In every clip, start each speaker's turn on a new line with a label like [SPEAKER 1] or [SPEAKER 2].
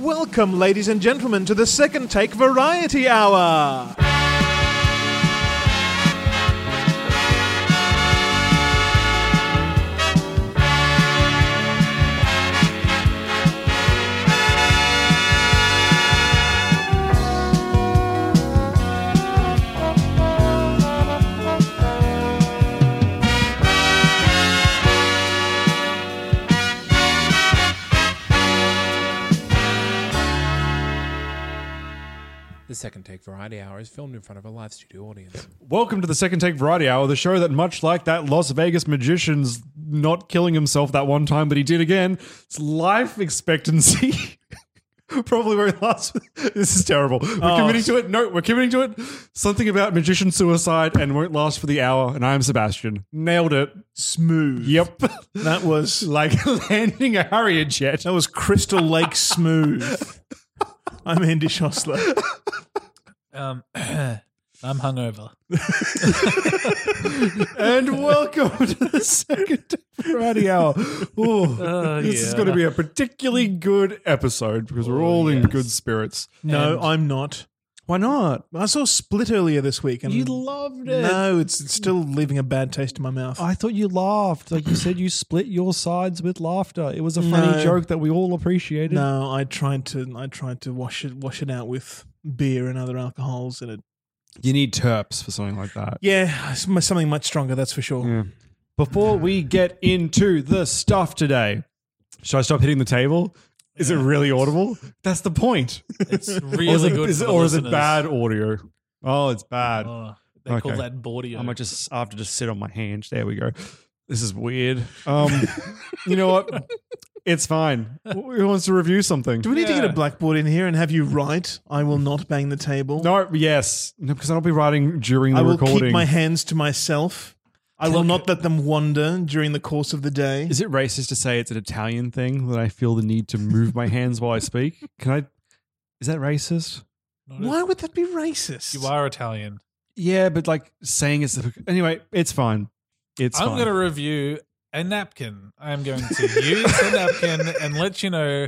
[SPEAKER 1] Welcome, ladies and gentlemen, to the Second Take Variety Hour.
[SPEAKER 2] The second take variety hour is filmed in front of a live studio audience.
[SPEAKER 3] Welcome to the Second Take Variety Hour, the show that, much like that Las Vegas magician's not killing himself that one time, but he did again, its life expectancy probably won't last. This is terrible. We're
[SPEAKER 1] Oh.
[SPEAKER 3] committing to it. No, we're committing to it. Something about magician suicide and won't last for the hour. And I'm Sebastian. Nailed it.
[SPEAKER 1] Smooth.
[SPEAKER 3] Yep.
[SPEAKER 1] That was
[SPEAKER 3] like landing a Harrier jet.
[SPEAKER 1] that was Crystal Lake smooth. I'm Andy Schossler.
[SPEAKER 4] Um, I'm hungover.
[SPEAKER 3] And welcome to the second Take variety hour. Ooh, this is
[SPEAKER 4] Oh, yeah. Oh,
[SPEAKER 3] going to be a particularly good episode because we're all in good spirits.
[SPEAKER 1] No, I'm not. Why not? I saw Split earlier this week, and
[SPEAKER 4] You loved it.
[SPEAKER 1] No, it's, it's still leaving a bad taste in my mouth.
[SPEAKER 3] I thought you laughed. Like you said, you split your sides with laughter. It was a funny
[SPEAKER 1] No.
[SPEAKER 3] joke that we all appreciated.
[SPEAKER 1] no, I tried to I tried to wash it wash it out with beer and other alcohols, and it
[SPEAKER 3] You need terps for something like that.
[SPEAKER 1] yeah, some- something much stronger. That's for sure.
[SPEAKER 3] Before we get into the stuff today, should I stop hitting the table? Is it really audible? That's the point.
[SPEAKER 4] It's
[SPEAKER 3] or is
[SPEAKER 4] really
[SPEAKER 3] it,
[SPEAKER 4] good.
[SPEAKER 3] is it-
[SPEAKER 4] for
[SPEAKER 3] or is it
[SPEAKER 4] listeners.
[SPEAKER 3] bad audio? Oh, it's bad.
[SPEAKER 4] Oh, they call
[SPEAKER 3] Okay.
[SPEAKER 4] that bordio.
[SPEAKER 3] I might just I have to just sit on my hand. There we go. This is weird. Um, you know what? It's fine. Who wants to review something?
[SPEAKER 1] Do we need to get a blackboard in here and have you write? I will not bang the table.
[SPEAKER 3] No, yes, no, because I'll be writing during the
[SPEAKER 1] I will
[SPEAKER 3] recording.
[SPEAKER 1] keep my hands to myself. I will not let them wander during the course of the day.
[SPEAKER 3] Is it racist to say it's an Italian thing that I feel the need to move my hands while I speak? Can I? Is that racist?
[SPEAKER 1] Why would that be racist?
[SPEAKER 4] you are Italian.
[SPEAKER 3] Yeah, but like saying it's anyway, it's fine. It's
[SPEAKER 4] I'm
[SPEAKER 3] fine.
[SPEAKER 4] going to review a napkin. I'm going to use a napkin and let you know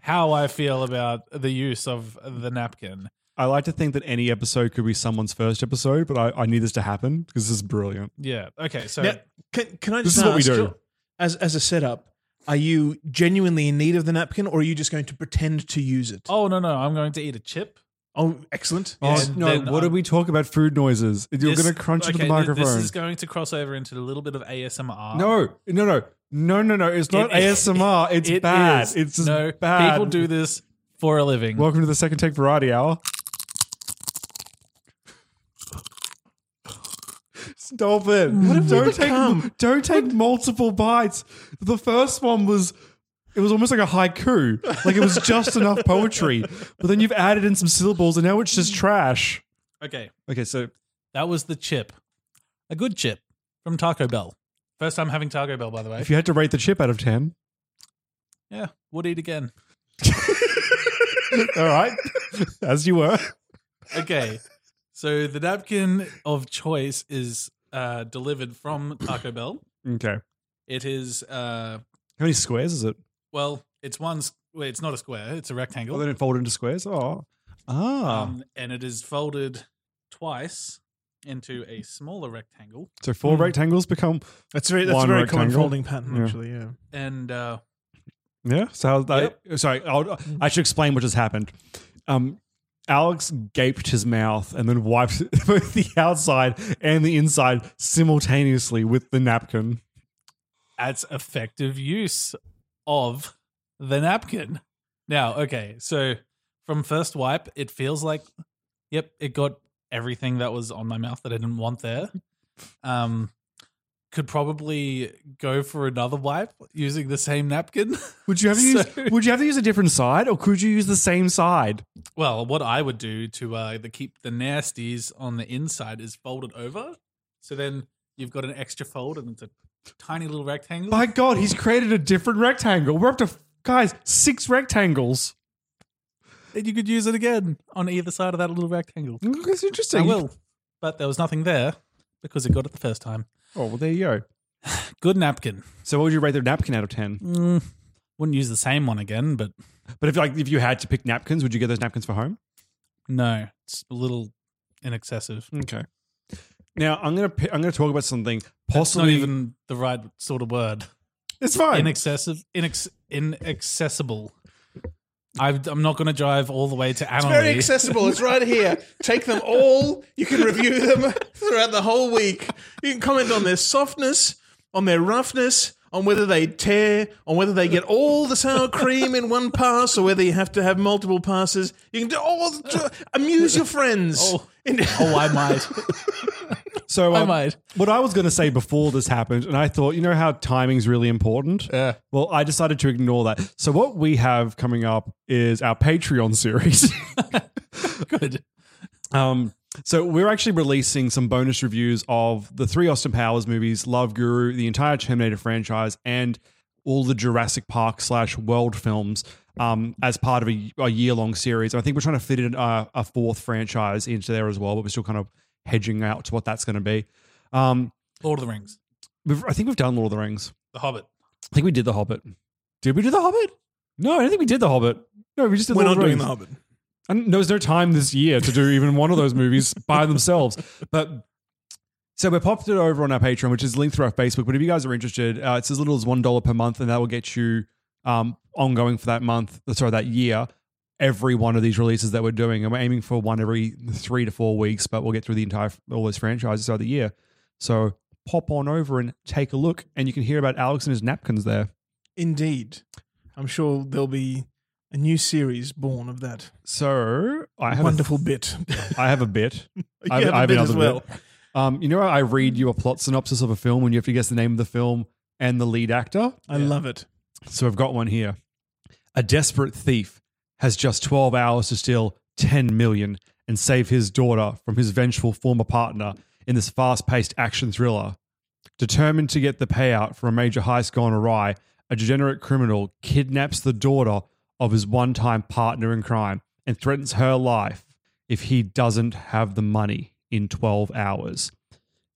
[SPEAKER 4] how I feel about the use of the napkin.
[SPEAKER 3] I like to think that any episode could be someone's first episode, but I, I need this to happen because this is brilliant.
[SPEAKER 4] Yeah. Okay. So
[SPEAKER 1] Now, can, can I
[SPEAKER 3] This is
[SPEAKER 1] just
[SPEAKER 3] what we
[SPEAKER 1] ask,
[SPEAKER 3] do.
[SPEAKER 1] As, as a setup, are you genuinely in need of the napkin or are you just going to pretend to use it?
[SPEAKER 4] Oh no no! I'm going to eat a chip.
[SPEAKER 1] Oh, excellent.
[SPEAKER 3] Oh
[SPEAKER 4] And
[SPEAKER 3] no!
[SPEAKER 4] then
[SPEAKER 3] What did
[SPEAKER 4] I'm-
[SPEAKER 3] we talk about? Food noises. You're
[SPEAKER 4] This-
[SPEAKER 3] going to crunch into
[SPEAKER 4] okay,
[SPEAKER 3] the
[SPEAKER 4] th-
[SPEAKER 3] microphone.
[SPEAKER 4] This is going to cross over into a little bit of ASMR.
[SPEAKER 3] no, no, no, no, no, no! It's not
[SPEAKER 4] It is-
[SPEAKER 3] ASMR. It's
[SPEAKER 4] it
[SPEAKER 3] bad.
[SPEAKER 4] is.
[SPEAKER 3] It's just
[SPEAKER 4] no
[SPEAKER 3] bad.
[SPEAKER 4] people do this for a living.
[SPEAKER 3] Welcome to the second take variety hour. Stop it! Mm. don't
[SPEAKER 1] become?
[SPEAKER 3] take don't take multiple bites. The first one was it was almost like a haiku, like it was just enough poetry. But then you've added in some syllables, and now it's just trash.
[SPEAKER 4] okay,
[SPEAKER 3] Okay, so
[SPEAKER 4] that was the chip, a good chip from Taco Bell. First time having Taco Bell, by the way.
[SPEAKER 3] if you had to rate the chip out of ten,
[SPEAKER 4] Yeah, would eat again.
[SPEAKER 3] all right, as you were.
[SPEAKER 4] Okay, so the napkin of choice is uh, delivered from Taco Bell.
[SPEAKER 3] Okay, how
[SPEAKER 4] It is uh,
[SPEAKER 3] many squares is it?
[SPEAKER 4] well, it's one. s- Well, it's not a square. It's a rectangle.
[SPEAKER 3] Oh, they don't fold into squares. Oh, ah,
[SPEAKER 4] Um, and it is folded twice into a smaller rectangle.
[SPEAKER 3] so four rectangles become
[SPEAKER 1] That's, very, that's a
[SPEAKER 3] One
[SPEAKER 1] very common
[SPEAKER 3] rectangle.
[SPEAKER 1] folding pattern,
[SPEAKER 3] Yeah.
[SPEAKER 1] actually. Yeah.
[SPEAKER 4] And uh,
[SPEAKER 3] Yeah. So how that, sorry, I'll, I should explain what just happened. Um, Alex gaped his mouth and then wiped both the outside and the inside simultaneously with the napkin.
[SPEAKER 4] that's effective use of the napkin. Now, okay, so from first wipe, it feels like, yep, it got everything that was on my mouth that I didn't want there. Um, could probably go for another wipe using the same napkin.
[SPEAKER 3] Would you have to use,
[SPEAKER 4] So-
[SPEAKER 3] Would you have to use a different side, or could you use the same side?
[SPEAKER 4] well, what I would do to uh, the keep the nasties on the inside is fold it over. So then you've got an extra fold and it's a tiny little rectangle.
[SPEAKER 3] My God, he's created a different rectangle. We're up to guys six rectangles.
[SPEAKER 4] then you could use it again on either side of that little rectangle.
[SPEAKER 3] That's interesting.
[SPEAKER 4] I will, but there was nothing there because it got it the first time.
[SPEAKER 3] Oh well, there you go.
[SPEAKER 4] Good napkin.
[SPEAKER 3] So, what would you rate their napkin out of
[SPEAKER 4] Mm.
[SPEAKER 3] ten?
[SPEAKER 4] Wouldn't use the same one again, but
[SPEAKER 3] But if like if you had to pick napkins, would you get those napkins for home?
[SPEAKER 4] no, it's a little inexcessive.
[SPEAKER 3] Okay. Now I'm gonna pi- I'm gonna talk about something
[SPEAKER 4] It's not
[SPEAKER 3] possibly
[SPEAKER 4] even the right sort of word.
[SPEAKER 3] it's fine.
[SPEAKER 4] Inaccessive, inex, inaccessible. i I'm not going to drive all the way to
[SPEAKER 1] It's very
[SPEAKER 4] Amelie.
[SPEAKER 1] accessible. It's right here. Take them all. You can review them throughout the whole week. You can comment on their softness, on their roughness, on whether they tear, on whether they get all the sour cream in one pass, or whether you have to have multiple passes. You can do all. The, amuse your friends.
[SPEAKER 4] Oh.
[SPEAKER 1] In-
[SPEAKER 4] oh, I might.
[SPEAKER 3] So
[SPEAKER 4] I
[SPEAKER 3] um,
[SPEAKER 4] might.
[SPEAKER 3] What I was going to say before this happened, and I thought, you know how timing's really important. Yeah. Well, I decided to ignore that. So what we have coming up is our Patreon series.
[SPEAKER 4] Good.
[SPEAKER 3] um. So we're actually releasing some bonus reviews of the three Austin Powers movies, Love Guru, the entire Terminator franchise, and all the Jurassic Park slash world films um, as part of a, a year long series. And I think we're trying to fit in a, a fourth franchise into there as well, but we're still kind of hedging out to what that's going to be. Um,
[SPEAKER 4] Lord of the Rings,
[SPEAKER 3] We've, I think we've done Lord of the Rings.
[SPEAKER 4] The Hobbit.
[SPEAKER 3] I think we did The Hobbit. Did we do The Hobbit? No, I don't think we did The Hobbit. No, we just did
[SPEAKER 1] We're
[SPEAKER 3] Lord
[SPEAKER 1] not
[SPEAKER 3] of the
[SPEAKER 1] doing
[SPEAKER 3] Rings.
[SPEAKER 1] the Hobbit.
[SPEAKER 3] And there was no time this year to do even one of those movies by themselves. But so we popped it over on our Patreon, which is linked through our Facebook. But if you guys are interested, uh, it's as little as one dollar per month, and that will get you um, ongoing for that month. Sorry, that year. Every one of these releases that we're doing, and we're aiming for one every three to four weeks. But we'll get through the entire all those franchises throughout the year. So pop on over and take a look, and you can hear about Alex and his napkins there.
[SPEAKER 1] Indeed, I'm sure there'll be a new series born of that
[SPEAKER 3] So I have
[SPEAKER 1] wonderful bit.
[SPEAKER 3] A, I have a bit. I
[SPEAKER 1] You have a
[SPEAKER 3] have
[SPEAKER 1] bit
[SPEAKER 3] another
[SPEAKER 1] as well.
[SPEAKER 3] Um, you know, how I read you a plot synopsis of a film and you have to guess the name of the film and the lead actor.
[SPEAKER 1] I love it.
[SPEAKER 3] So I've got one here. A desperate thief has just 12 hours to steal 10 million and save his daughter from his vengeful former partner in this fast paced action thriller. Determined to get the payout for a major heist gone awry, a degenerate criminal kidnaps the daughter of his one time partner in crime and threatens her life if he doesn't have the money in 12 hours.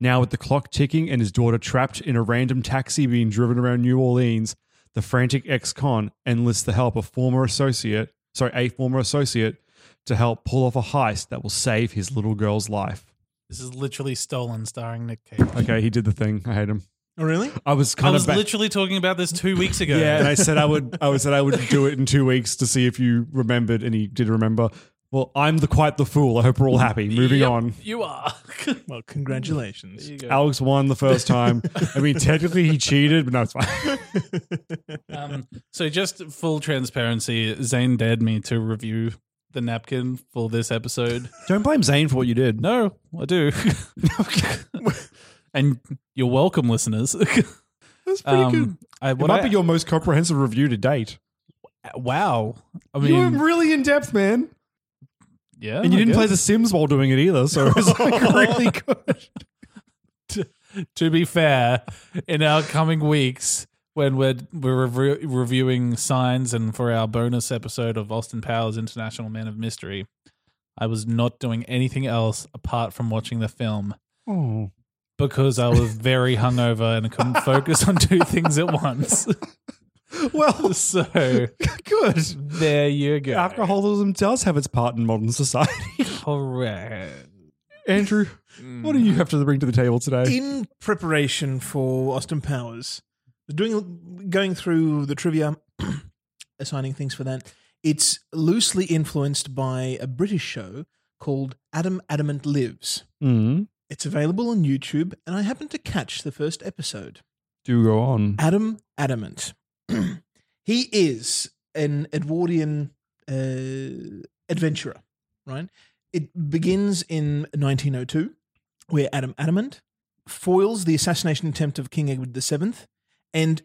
[SPEAKER 3] Now, with the clock ticking and his daughter trapped in a random taxi being driven around New Orleans, the frantic ex con enlists the help of former associate, sorry, a former associate, to help pull off a heist that will save his little girl's life.
[SPEAKER 4] This is literally stolen, starring Nick Cage.
[SPEAKER 3] Okay, he did the thing. I hate him.
[SPEAKER 1] Oh, really?
[SPEAKER 3] I was
[SPEAKER 4] I
[SPEAKER 3] kind
[SPEAKER 4] was
[SPEAKER 3] of ba-
[SPEAKER 4] literally talking about this two weeks ago.
[SPEAKER 3] yeah, and I said I would. I said I would do it in two weeks to see if you remembered, and he did remember. Well, I'm the quite the fool. I hope we're all happy. Moving
[SPEAKER 4] Yep,
[SPEAKER 3] on.
[SPEAKER 4] You are.
[SPEAKER 1] Well, congratulations.
[SPEAKER 3] Alex won the first time. I mean, technically he cheated, but no, it's fine.
[SPEAKER 4] Um, so just full transparency, Zane dared me to review the napkin for this episode.
[SPEAKER 3] Don't blame Zane for what you did.
[SPEAKER 4] No, I do. and you're welcome, listeners.
[SPEAKER 3] that's pretty good.
[SPEAKER 4] Um, I,
[SPEAKER 3] It
[SPEAKER 4] what
[SPEAKER 3] might
[SPEAKER 4] I-
[SPEAKER 3] be your most comprehensive review to date.
[SPEAKER 4] wow. I
[SPEAKER 3] You were
[SPEAKER 4] mean,
[SPEAKER 3] really in depth, man. Oh
[SPEAKER 4] yeah,
[SPEAKER 3] And you
[SPEAKER 4] I
[SPEAKER 3] didn't play
[SPEAKER 4] guess.
[SPEAKER 3] The Sims while doing it either, so it was like really good.
[SPEAKER 4] To be fair, in our coming weeks, when we're we're revu- reviewing signs and for our bonus episode of Austin Powers International Man of Mystery, I was not doing anything else apart from watching the film.
[SPEAKER 3] Oh.
[SPEAKER 4] because I was very hungover and couldn't focus on two things at once.
[SPEAKER 3] Well,
[SPEAKER 4] So
[SPEAKER 3] good.
[SPEAKER 4] there you go.
[SPEAKER 3] Alcoholism does have its part in modern society.
[SPEAKER 4] Correct.
[SPEAKER 3] Andrew, what do you have to bring to the table today?
[SPEAKER 1] in preparation for Austin Powers, doing going through the trivia, assigning things for that. It's loosely influenced by a British show called Adam Adamant Lives.
[SPEAKER 3] Mm,
[SPEAKER 1] It's available on YouTube, and I happened to catch the first episode.
[SPEAKER 3] do go on.
[SPEAKER 1] Adam Adamant. he is an Edwardian uh, adventurer, right? It begins in 1902, where oh Adam Adamant foils the assassination attempt of King Edward VII and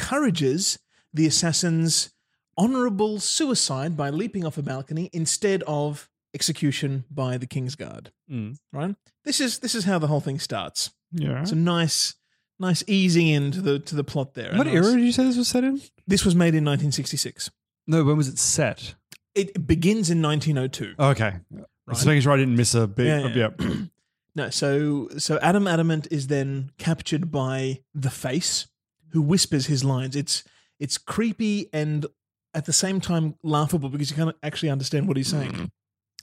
[SPEAKER 1] encourages the assassin's honorable suicide by leaping off a balcony instead of execution by the King's Guard.
[SPEAKER 3] Mm.
[SPEAKER 1] Right? This is this is how the whole thing starts.
[SPEAKER 3] Yeah.
[SPEAKER 1] It's a nice nice easy end to the to the plot there.
[SPEAKER 3] what
[SPEAKER 1] A
[SPEAKER 3] era
[SPEAKER 1] nice-
[SPEAKER 3] did you say this was set in?
[SPEAKER 1] This was made in 1966.
[SPEAKER 3] No, when was it set?
[SPEAKER 1] It begins in 1902.
[SPEAKER 3] Okay. Just
[SPEAKER 1] Right.
[SPEAKER 3] making sure I didn't miss a bit.
[SPEAKER 1] Yeah, yeah.
[SPEAKER 3] Yeah.
[SPEAKER 1] No, so so Adam Adamant is then captured by the face, who whispers his lines. It's it's creepy and at the same time laughable because you can't actually understand what he's saying.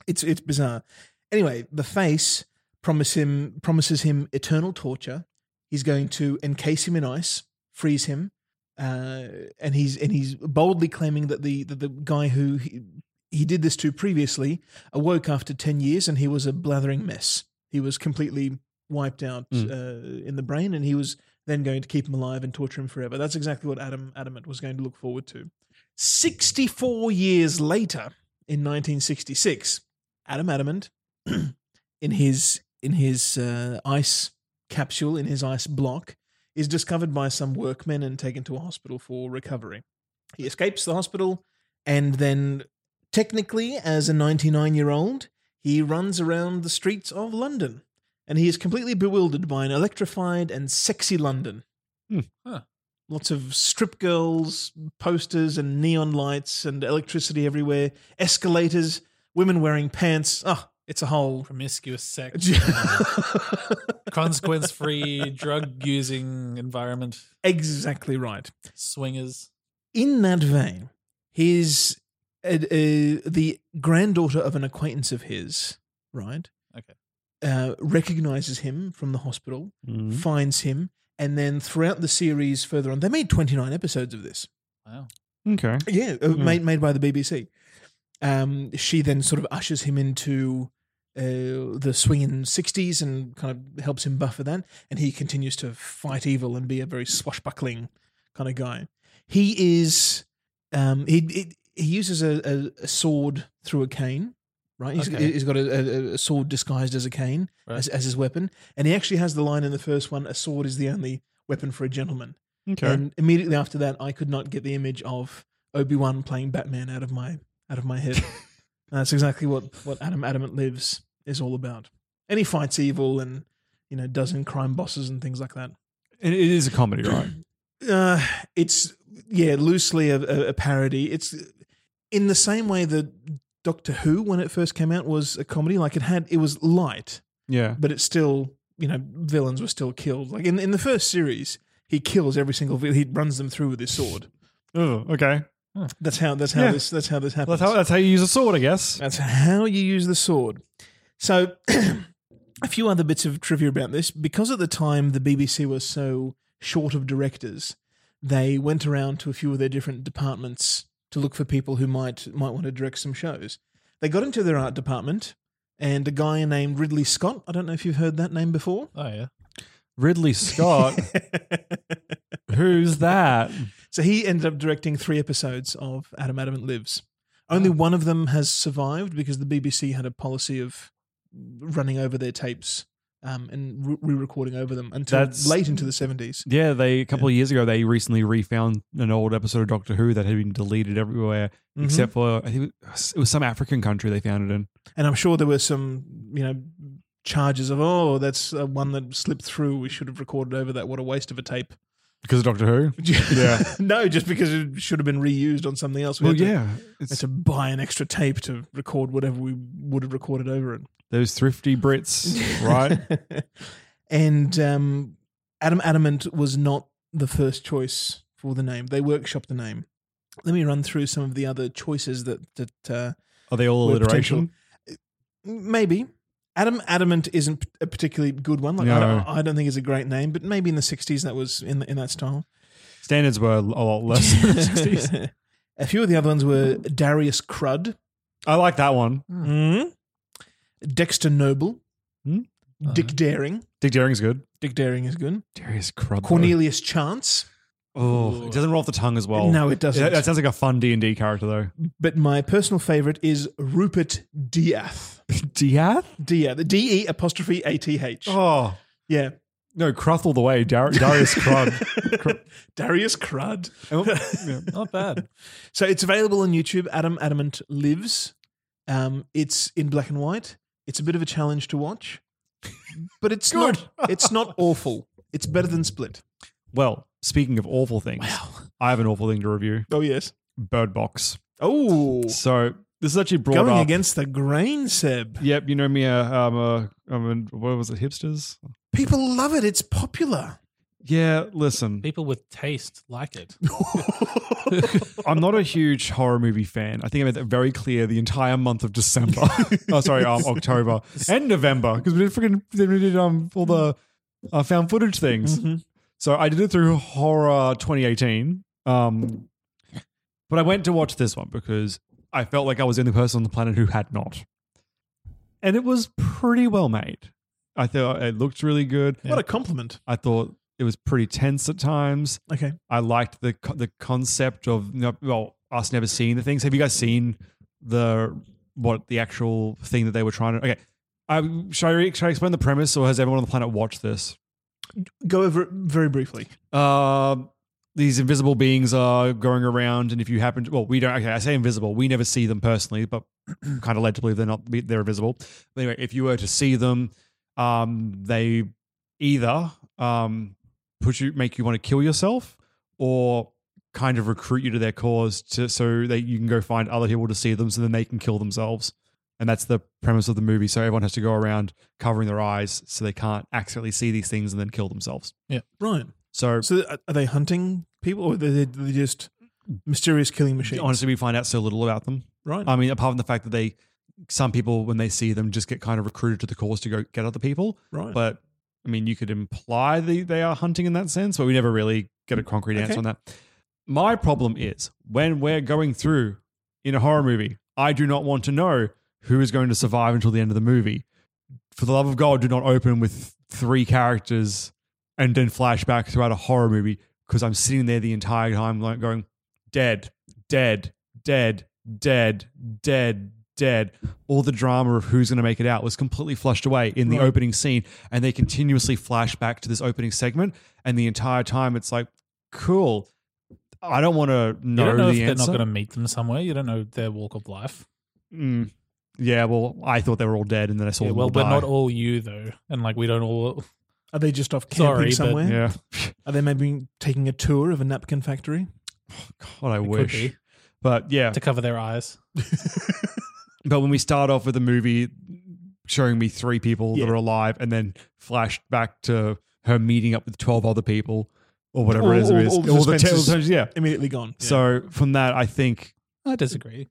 [SPEAKER 1] It's it's bizarre. Anyway, the face promise him promises him eternal torture. He's going to encase him in ice, freeze him, uh, and he's and he's boldly claiming that the that the guy who he, he did this to previously awoke after 10 years and he was a blathering mess. He was completely wiped out uh, in the brain and he was then going to keep him alive and torture him forever. That's exactly what Adam Adamant was going to look forward to. 64 years later, in 1966, Adam Adamant, in his, in his uh, ice capsule, in his ice block, is discovered by some workmen and taken to a hospital for recovery. He escapes the hospital and then Technically, as a 99 year old, he runs around the streets of London and he is completely bewildered by an electrified and sexy London.
[SPEAKER 3] Hmm.
[SPEAKER 4] Huh.
[SPEAKER 1] Lots of strip girls, posters, and neon lights, and electricity everywhere, escalators, women wearing pants. Oh, it's a whole.
[SPEAKER 4] Promiscuous sex, consequence free, drug using environment,
[SPEAKER 1] exactly right.
[SPEAKER 4] swingers.
[SPEAKER 1] in that vein, his uh, uh, the granddaughter of an acquaintance of his, right?
[SPEAKER 4] Okay.
[SPEAKER 1] Uh, recognizes him from the hospital,
[SPEAKER 3] Mm-hmm. Mm.
[SPEAKER 1] finds him, and then throughout the series further on, they made twenty nine episodes of this.
[SPEAKER 4] Wow.
[SPEAKER 3] Okay.
[SPEAKER 1] Yeah,
[SPEAKER 4] Mm.
[SPEAKER 1] uh, made made by the BBC. Um, she then sort of ushers him into uh, the swinging sixties and kind of helps him buffer that, and he continues to fight evil and be a very swashbuckling kind of guy. He is um, he, he he uses a, a, a sword through a cane. Right, he's,
[SPEAKER 4] Okay.
[SPEAKER 1] he's got a, a, a sword disguised as a cane
[SPEAKER 4] Right.
[SPEAKER 1] as, as his weapon, and he actually has the line in the first one: "A sword is the only weapon for a gentleman."
[SPEAKER 3] Okay.
[SPEAKER 1] And immediately after that, I could not get the image of Obi Wan playing Batman out of my out of my head. And that's exactly what what Adam Adamant Lives is all about. And he fights evil and you know does in crime bosses and things like that.
[SPEAKER 3] And it is a comedy, right?
[SPEAKER 1] Uh, it's yeah, loosely a, a, a parody. It's in the same way that Doctor Who, when it first came out, was a comedy. Like it had it was light,
[SPEAKER 3] yeah.
[SPEAKER 1] but it's still you know villains were still killed. Like in in the first series, he kills every single villain. He runs them through with his sword.
[SPEAKER 3] Oh, okay.
[SPEAKER 1] That's how that's how
[SPEAKER 3] Yeah.
[SPEAKER 1] this that's how this
[SPEAKER 3] That's
[SPEAKER 1] happens.
[SPEAKER 3] how, that's how you use a sword, I guess.
[SPEAKER 1] That's how you use the sword. So a few other bits of trivia about this because at the time the BBC was so short of directors, they went around to a few of their different departments to look for people who might might want to direct some shows. They got into their art department and a guy named Ridley Scott, I don't know if you've heard that name before.
[SPEAKER 4] Oh yeah.
[SPEAKER 3] Ridley Scott. Who's that?
[SPEAKER 1] So he ended up directing three episodes of Adam Adamant Lives. Only
[SPEAKER 3] Ah.
[SPEAKER 1] one of them has survived because the BBC had a policy of running over their tapes um, and re- re-recording over them until
[SPEAKER 3] That's-
[SPEAKER 1] late into the seventies.
[SPEAKER 3] Yeah, they a couple of years ago they recently refound an old episode of Doctor Who that had been deleted everywhere
[SPEAKER 1] Mhm.
[SPEAKER 3] except for I think it was, it was some African country they found it in.
[SPEAKER 1] And I'm sure there were some, you know, charges of oh, that's uh, one that slipped through. We should have recorded over that. What a waste of a tape.
[SPEAKER 3] Because of Doctor Who? Yeah.
[SPEAKER 1] no, just because it should have been reused on something else. We
[SPEAKER 3] Well,
[SPEAKER 1] had to-
[SPEAKER 3] yeah.
[SPEAKER 1] had
[SPEAKER 3] It's,
[SPEAKER 1] to buy an extra tape to record whatever we would have recorded over it.
[SPEAKER 3] those thrifty Brits, right?
[SPEAKER 1] and um, Adam Adamant was not the first choice for the name. They workshopped the name. Let me run through some of the other choices that that uh,
[SPEAKER 3] Are they all
[SPEAKER 1] With
[SPEAKER 3] alliteration?
[SPEAKER 1] maybe Adam Adamant isn't a particularly good one. Like
[SPEAKER 3] No.
[SPEAKER 1] I, don't, I don't think it's a great name, but maybe in the '60s that was in in that style.
[SPEAKER 3] Standards were a lot less in the 60s.
[SPEAKER 1] a few of the other ones were Darius Crud,
[SPEAKER 3] I like that one.
[SPEAKER 1] Dexter Noble,
[SPEAKER 3] Hmm?
[SPEAKER 1] Dick Daring.
[SPEAKER 3] Dick Daring's good.
[SPEAKER 1] Dick Daring is good.
[SPEAKER 3] Darius Crud.
[SPEAKER 1] Cornelius Chance.
[SPEAKER 3] Oh, it doesn't roll off the tongue as well.
[SPEAKER 1] No, it doesn't.
[SPEAKER 3] That, that sounds like a fun D and D character though.
[SPEAKER 1] But my personal favorite is Rupert Diath.
[SPEAKER 3] Diath?
[SPEAKER 1] Diath. D E apostrophe A T H.
[SPEAKER 3] Oh,
[SPEAKER 1] Yeah.
[SPEAKER 3] No, Cruth all the way. Dar- Darius Crud. Cr- oh,
[SPEAKER 1] Darius Crud.
[SPEAKER 3] yeah.
[SPEAKER 4] Not bad.
[SPEAKER 1] So it's available on YouTube. Adam Adamant Lives. Um, it's in black and white. It's a bit of a challenge to watch, but it's not. It's not awful. It's better than Split.
[SPEAKER 3] Well, speaking of awful things, I have an awful thing to review.
[SPEAKER 1] Oh yes.
[SPEAKER 3] Bird Box.
[SPEAKER 1] Oh,
[SPEAKER 3] So this is actually brought
[SPEAKER 1] going
[SPEAKER 3] up.
[SPEAKER 1] against the grain, Seb.
[SPEAKER 3] Yep, you know me. Uh, I'm a, I'm a, what was it, hipsters?
[SPEAKER 1] People love it. It's popular.
[SPEAKER 3] Yeah, listen,
[SPEAKER 4] People with taste like it.
[SPEAKER 3] I'm not a huge horror movie fan. I think I made that very clear the entire month of December. oh, sorry, um, October and November because we did freaking then we did um all the uh, found footage things. So I did it through horror 2018. Um, but I went to watch this one because I felt like I was the only person on the planet who had not, and it was pretty well made. I thought it looked really good.
[SPEAKER 1] What a compliment.
[SPEAKER 3] I thought it was pretty tense at times.
[SPEAKER 1] Okay.
[SPEAKER 3] I liked the co- the concept of you know, well us never seeing the things. Have you guys seen the what the actual thing that they were trying to? Okay, um, should I re- should I explain the premise, or has everyone on the planet watched this?
[SPEAKER 1] Go over it very briefly.
[SPEAKER 3] Um, these invisible beings are going around, and if you happen to, well, we don't. Okay, I say invisible. We never see them personally, but kind of led to believe they're not they're invisible. But anyway, if you were to see them, um, they either um put you make you want to kill yourself, or kind of recruit you to their cause, to, so that you can go find other people to see them, so then they can kill themselves. And that's the premise of the movie. So everyone has to go around covering their eyes so they can't accidentally see these things and then kill themselves.
[SPEAKER 1] Right.
[SPEAKER 3] So
[SPEAKER 1] So uh, are- are they hunting people or are they, they just mysterious killing machines?
[SPEAKER 3] honestly, we find out so little about them.
[SPEAKER 1] Right.
[SPEAKER 3] I mean, apart from the fact that they, some people when they see them just get kind of recruited to the cause to go get other people.
[SPEAKER 1] Right.
[SPEAKER 3] But I mean, you could imply the, they are hunting in that sense, but we never really get a concrete answer
[SPEAKER 1] Okay.
[SPEAKER 3] on that. My problem is when we're going through in a horror movie, I do not want to know who is going to survive until the end of the movie. For the love of God, do not open with three characters and then flashback throughout a horror movie because I'm sitting there the entire time like going dead, dead, dead, dead, dead, dead. All the drama of who's going to make it out was completely flushed away in the opening scene, and they continuously flash back to this opening segment, and the entire time it's like, cool. I don't want to know,
[SPEAKER 4] you don't know if
[SPEAKER 3] the
[SPEAKER 4] they're
[SPEAKER 3] answer.
[SPEAKER 4] not going to meet them somewhere. You don't know their walk of life.
[SPEAKER 3] Mm. Yeah, well, I thought they were all dead, and then I saw
[SPEAKER 4] Yeah,
[SPEAKER 3] them
[SPEAKER 4] well,
[SPEAKER 3] all
[SPEAKER 4] we're
[SPEAKER 3] die.
[SPEAKER 4] not all you though, and like we don't all.
[SPEAKER 1] are they just off camping
[SPEAKER 4] Sorry, but-
[SPEAKER 1] somewhere?
[SPEAKER 3] yeah.
[SPEAKER 1] Are they maybe taking a tour of a napkin factory?
[SPEAKER 3] God, I
[SPEAKER 4] could
[SPEAKER 3] wish.
[SPEAKER 4] be.
[SPEAKER 3] But yeah,
[SPEAKER 4] to cover their eyes.
[SPEAKER 3] But when we start off with the movie showing me three people
[SPEAKER 1] Yeah.
[SPEAKER 3] that are alive and then flashed back to her meeting up with 12 other people or whatever it is, it is.
[SPEAKER 1] all the
[SPEAKER 3] tales,
[SPEAKER 1] suspense is-
[SPEAKER 3] yeah.
[SPEAKER 1] Immediately gone.
[SPEAKER 3] So from that, I think
[SPEAKER 4] I disagree.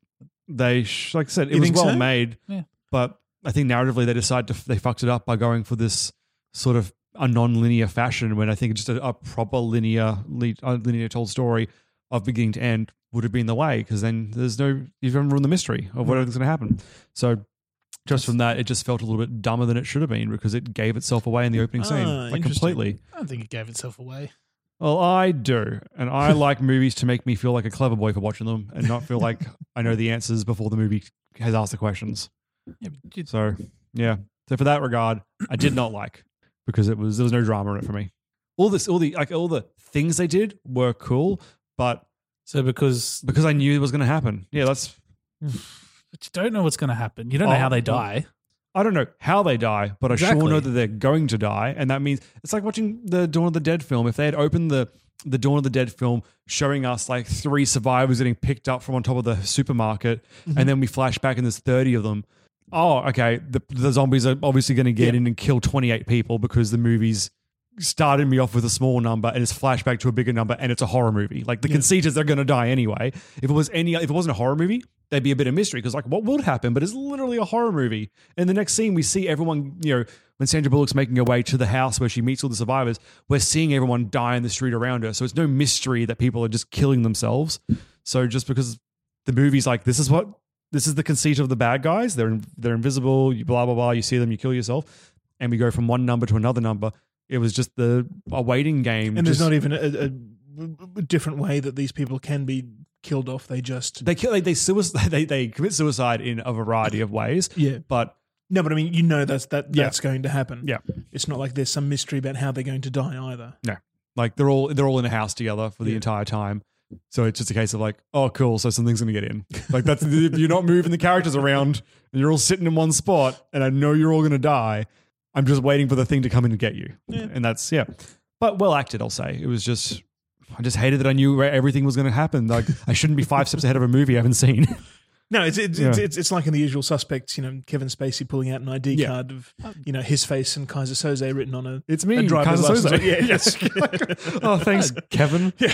[SPEAKER 3] they, sh- like I said, it
[SPEAKER 1] You
[SPEAKER 3] was
[SPEAKER 1] think
[SPEAKER 3] well
[SPEAKER 1] so?
[SPEAKER 3] made,
[SPEAKER 4] Yeah.
[SPEAKER 3] but I think narratively they decide to, they fucked it up by going for this sort of a non-linear fashion when I think just a, a proper linear, lead, a linear told story of beginning to end would have been the way because then there's no, you've ruined the mystery
[SPEAKER 1] Mm.
[SPEAKER 3] of whatever's going to happen. So just from that, it just felt a little bit dumber than it should have been because it gave itself away in the opening
[SPEAKER 1] Ah,
[SPEAKER 3] scene like
[SPEAKER 1] interesting.
[SPEAKER 3] completely.
[SPEAKER 4] I don't think it gave itself away.
[SPEAKER 3] Well, I do, and I like movies to make me feel like a clever boy for watching them and not feel like I know the answers before the movie has asked the questions.
[SPEAKER 4] Yeah, but you-
[SPEAKER 3] So yeah, so for that regard, I did not like because it was there was no drama in it for me. All this, all the like, all the things they did were cool, but
[SPEAKER 4] so because
[SPEAKER 3] because I knew it was going to happen. Yeah, that's
[SPEAKER 4] but you don't know what's going to happen. You don't
[SPEAKER 3] Oh,
[SPEAKER 4] know how they
[SPEAKER 3] well,
[SPEAKER 4] die.
[SPEAKER 3] I don't know how they die, but I sure
[SPEAKER 4] Exactly.
[SPEAKER 3] know that they're going to die, and that means it's like watching the Dawn of the Dead film. If they had opened the the Dawn of the Dead film showing us like three survivors getting picked up from on top of the supermarket, and then we flash back and there's thirty of them. Oh, okay. The, the zombies are obviously going to get in and kill twenty eight people because the movie's started me off with a small number and it's flashback to a bigger number and it's a horror movie. Like the conceit is they're going to die anyway. If it was any, if it wasn't a horror movie, there'd be a bit of mystery because like what would happen? But it's literally a horror movie. And the next scene we see everyone, you know, when Sandra Bullock's making her way to the house where she meets all the survivors, we're seeing everyone die in the street around her. So it's no mystery that people are just killing themselves. So just because the movie's like this is what this is the conceit of the bad guys. They're they're invisible. You blah blah blah. You see them, you kill yourself, and we go from one number to another number. It was just the a waiting game.
[SPEAKER 1] and there's
[SPEAKER 3] just,
[SPEAKER 1] not even a, a- a different way that these people can be killed off. They just
[SPEAKER 3] they kill they they, suicide, they they commit suicide in a variety of ways.
[SPEAKER 1] Yeah.
[SPEAKER 3] but
[SPEAKER 1] No, but I mean, you know that's that
[SPEAKER 3] Yeah.
[SPEAKER 1] that's going to happen.
[SPEAKER 3] Yeah.
[SPEAKER 1] It's not like there's some mystery about how they're going to die either.
[SPEAKER 3] No. Like they're all they're all in a house together for the entire time. So it's just a case of like, oh cool, so something's gonna get in. Like that's you're not moving the characters around and you're all sitting in one spot and I know you're all gonna die. I'm just waiting for the thing to come in and get you. And that's yeah. But well acted, I'll say. It was just I just hated that I knew where everything was gonna happen. Like I shouldn't be five steps ahead of a movie I haven't seen.
[SPEAKER 1] No, it's it's,
[SPEAKER 3] Yeah.
[SPEAKER 1] it's it's it's like in the usual suspects, you know, Kevin Spacey pulling out an ID
[SPEAKER 3] Yeah.
[SPEAKER 1] card of you know his face and Kaiser Soze written on a
[SPEAKER 3] It's me,
[SPEAKER 1] a driver's
[SPEAKER 3] Kaiser Soze.
[SPEAKER 1] license. Yeah, yes.
[SPEAKER 3] oh, thanks, Kevin. Did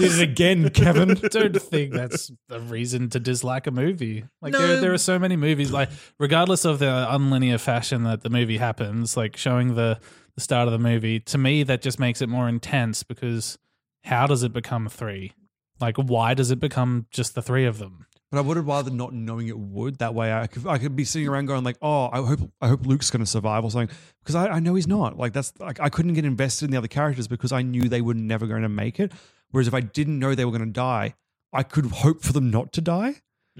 [SPEAKER 3] it again, Kevin.
[SPEAKER 4] don't think that's a reason to dislike a movie. Like
[SPEAKER 1] No.
[SPEAKER 4] there, there are so many movies. Like regardless of the unlinear fashion that the movie happens, like showing the the start of the movie to me, that just makes it more intense because how does it become three? Like why does it become just the three of them?
[SPEAKER 3] But I would have rather not knowing it would. That way, I could I could be sitting around going like, "Oh, I hope I hope Luke's going to survive" or something, because I, I know he's not. Like that's like I couldn't get invested in the other characters because I knew they were never going to make it. Whereas if I didn't know they were going to die, I could hope for them not to die.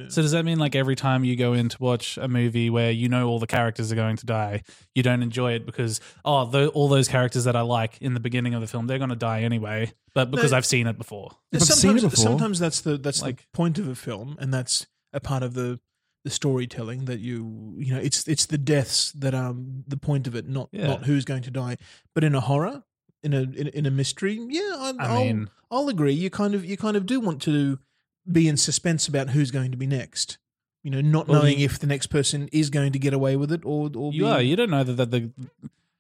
[SPEAKER 4] So does that mean like every time you go in to watch a movie where you know all the characters are going to die, you don't enjoy it because oh, tho- all those characters that I like in the beginning of the film, they're going to die anyway, but because I've seen it before.
[SPEAKER 3] If I've
[SPEAKER 1] sometimes,
[SPEAKER 3] seen it before-
[SPEAKER 1] sometimes that's the that's the
[SPEAKER 4] Like-
[SPEAKER 1] point of a film, and that's a part of the the storytelling that you you know it's it's the deaths that are the point of it, not
[SPEAKER 4] Yeah.
[SPEAKER 1] not who's going to die. But in a horror, in a in, in a mystery, yeah, I,
[SPEAKER 4] I
[SPEAKER 1] I'll,
[SPEAKER 4] mean-
[SPEAKER 1] I'll agree. You kind of you kind of do want to be in suspense about who's going to be next. You know, not
[SPEAKER 4] Well,
[SPEAKER 1] knowing
[SPEAKER 4] you-
[SPEAKER 1] if the next person is going to get away with it or or
[SPEAKER 4] You
[SPEAKER 1] be,
[SPEAKER 4] are. You don't know that, that the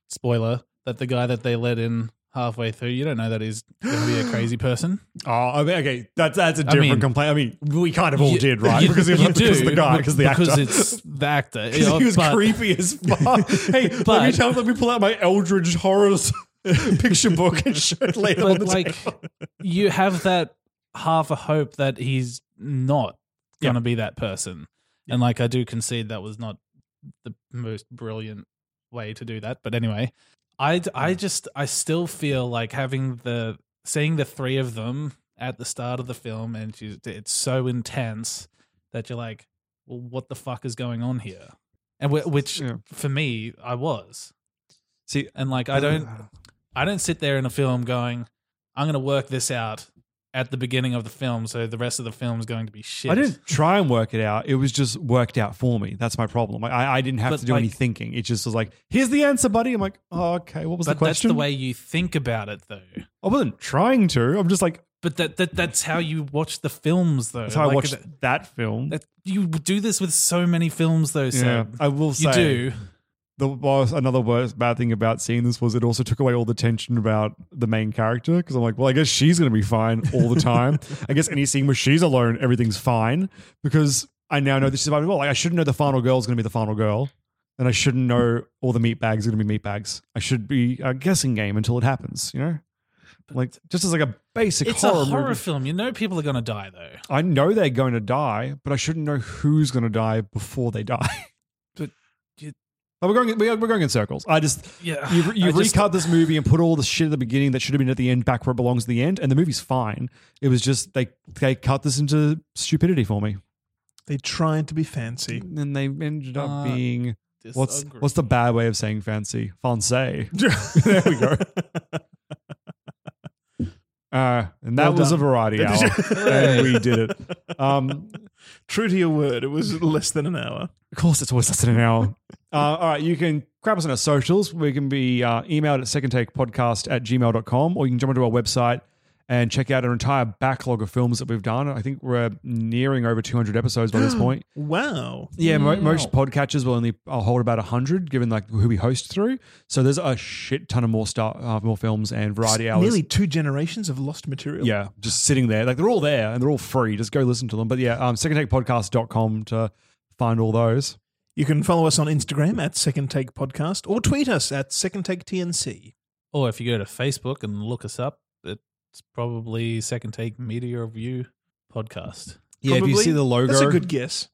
[SPEAKER 4] spoiler that the guy that they let in halfway through. You don't know that he's going to be a crazy person.
[SPEAKER 3] Oh, I mean, okay, that's that's a
[SPEAKER 4] I mean-
[SPEAKER 3] complaint. I mean, we kind of
[SPEAKER 4] You- you- you do, but- because it's the actor. you know, but-
[SPEAKER 3] as fuck. hey,
[SPEAKER 4] But-
[SPEAKER 3] let me pull out my Eldridge horrors picture book and show it later.
[SPEAKER 4] But like, you have that half a hope that he's not going to be that person. And like, I do concede that was not the most brilliant way to do that. But anyway, I I just I still feel like having the seeing the three of them at the start of the film, and she's, it's so intense that you're like, well, what the fuck is going on here? And wh- which
[SPEAKER 3] Yeah.
[SPEAKER 4] for me, I was.
[SPEAKER 3] See,
[SPEAKER 4] And like I
[SPEAKER 3] uh,
[SPEAKER 4] don't I don't sit there in a film going, I'm gonna work this out at the beginning of the film, so the rest of the film is going to be shit.
[SPEAKER 3] I didn't try and work it out. It was just worked out for me. That's my problem. Like, I, I didn't have
[SPEAKER 4] But,
[SPEAKER 3] to do any
[SPEAKER 4] like-
[SPEAKER 3] thinking. It just was like, here's the answer, buddy. I'm like, oh, okay, what was the
[SPEAKER 4] But that's
[SPEAKER 3] question?
[SPEAKER 4] the way you think about it though.
[SPEAKER 3] I wasn't trying to. I'm just like,
[SPEAKER 4] But that, that that's how you watch the films though.
[SPEAKER 3] that's how I
[SPEAKER 4] Like,
[SPEAKER 3] watched
[SPEAKER 4] that-
[SPEAKER 3] that, film.
[SPEAKER 4] that- you do this with so many films though,
[SPEAKER 3] yeah,
[SPEAKER 4] so
[SPEAKER 3] I will
[SPEAKER 4] you
[SPEAKER 3] say.
[SPEAKER 4] do.
[SPEAKER 3] The well, another worst bad thing about seeing this was it also took away all the tension about the main character because I'm like, well, I guess she's gonna be fine all the time. I guess any scene where she's alone, everything's fine because I now know this is about well. Like I should not know the final girl is gonna be the final girl, and I shouldn't know all the meat bags are gonna be meat bags. I should be a guessing game until it happens. You know, like just as like a basic
[SPEAKER 4] It's
[SPEAKER 3] horror,
[SPEAKER 4] a horror
[SPEAKER 3] movie.
[SPEAKER 4] film. You know people are gonna die though.
[SPEAKER 3] I know they're going to die, but I shouldn't know who's going to die before they die.
[SPEAKER 4] But you-
[SPEAKER 3] But we're going we are- we're going in circles. I just
[SPEAKER 4] Yeah,
[SPEAKER 3] you you
[SPEAKER 4] I
[SPEAKER 3] recut
[SPEAKER 4] just-
[SPEAKER 3] this movie and put all the shit at the beginning that should have been at the end back where it belongs at the end, and the movie's fine. It was just they they cut this into stupidity for me,
[SPEAKER 1] they tried to be fancy.
[SPEAKER 3] and then they ended up
[SPEAKER 4] Uh,
[SPEAKER 3] being what's
[SPEAKER 4] Disagree.
[SPEAKER 3] what's the bad way of saying fancy fancy. there we go. Uh, and that
[SPEAKER 1] Well
[SPEAKER 3] was a
[SPEAKER 1] done.
[SPEAKER 3] variety hour, and we did it. Um,
[SPEAKER 1] True to your word, it was less than an hour.
[SPEAKER 3] Of course, it's always less than an hour. uh, all right, you can grab us on our socials. We can be uh, emailed at secondtakepodcast at gmail.com, or you can jump onto our website and check out our entire backlog of films that we've done. I think we're nearing over 200 episodes by this point.
[SPEAKER 1] Wow.
[SPEAKER 3] Yeah, mo- most podcatchers will only uh, hold about 100, given like who we host through. So there's a shit ton of more star- uh, more films and variety hours.
[SPEAKER 1] Nearly two generations of lost material.
[SPEAKER 3] Yeah, just sitting there. Like they're all there and they're all free. Just go listen to them. But yeah, um, secondtakepodcast.com to find all those.
[SPEAKER 1] You can follow us on Instagram at Second Take Podcast or tweet us at Second Take TNC.
[SPEAKER 4] Or if you go to Facebook and look us up, it's probably Second Take Media Review podcast.
[SPEAKER 3] Yeah, if you see the logo,
[SPEAKER 1] That's a good guess.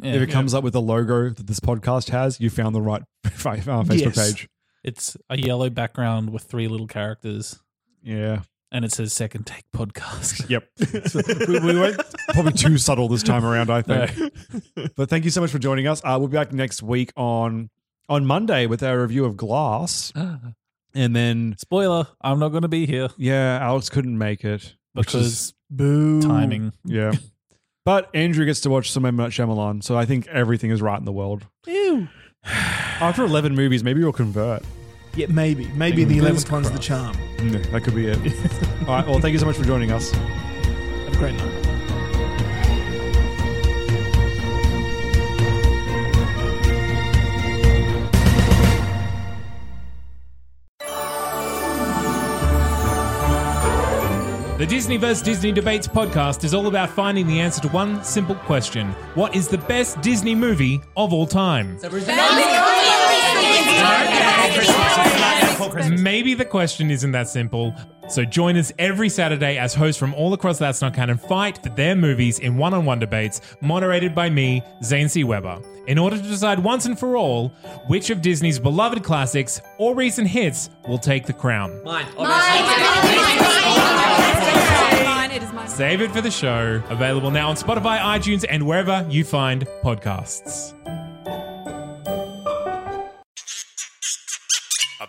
[SPEAKER 4] Yeah.
[SPEAKER 3] if it comes up with the logo that this podcast has, you found the right fa- uh, Facebook
[SPEAKER 1] Yes.
[SPEAKER 3] page.
[SPEAKER 4] It's a yellow background with three little characters.
[SPEAKER 3] Yeah.
[SPEAKER 4] and it says second take podcast.
[SPEAKER 3] Yep. So we, we went probably too subtle this time around, I think. But thank you so much for joining us. Uh, we'll be back next week on on Monday with our review of Glass. And then,
[SPEAKER 4] Spoiler, I'm not going to be here
[SPEAKER 3] yeah, Alex couldn't make it. which is-
[SPEAKER 4] because boo timing.
[SPEAKER 3] Yeah. But Andrew gets to watch some M. Night Shyamalan, so I think everything is right in the world.
[SPEAKER 1] Ew.
[SPEAKER 3] After 11 movies, maybe you'll convert.
[SPEAKER 1] Yeah, maybe. Maybe the
[SPEAKER 4] Fingers
[SPEAKER 1] 11th one's the charm.
[SPEAKER 3] Mm, That could be it. All right. Well, thank you so much for joining us.
[SPEAKER 1] Have a great night.
[SPEAKER 5] The Disney vs. Disney Debates podcast is all about finding the answer to one simple question What is the best Disney movie of all time? Maybe the question isn't that simple. So join us every Saturday as hosts from all across That's Not Canon fight for their movies in one on one debates, moderated by me, Zane C. Weber, in order to decide once and for all which of Disney's beloved classics or recent hits will take the crown. Save it for the show. Available now on Spotify, iTunes, and wherever you find podcasts.
[SPEAKER 6] A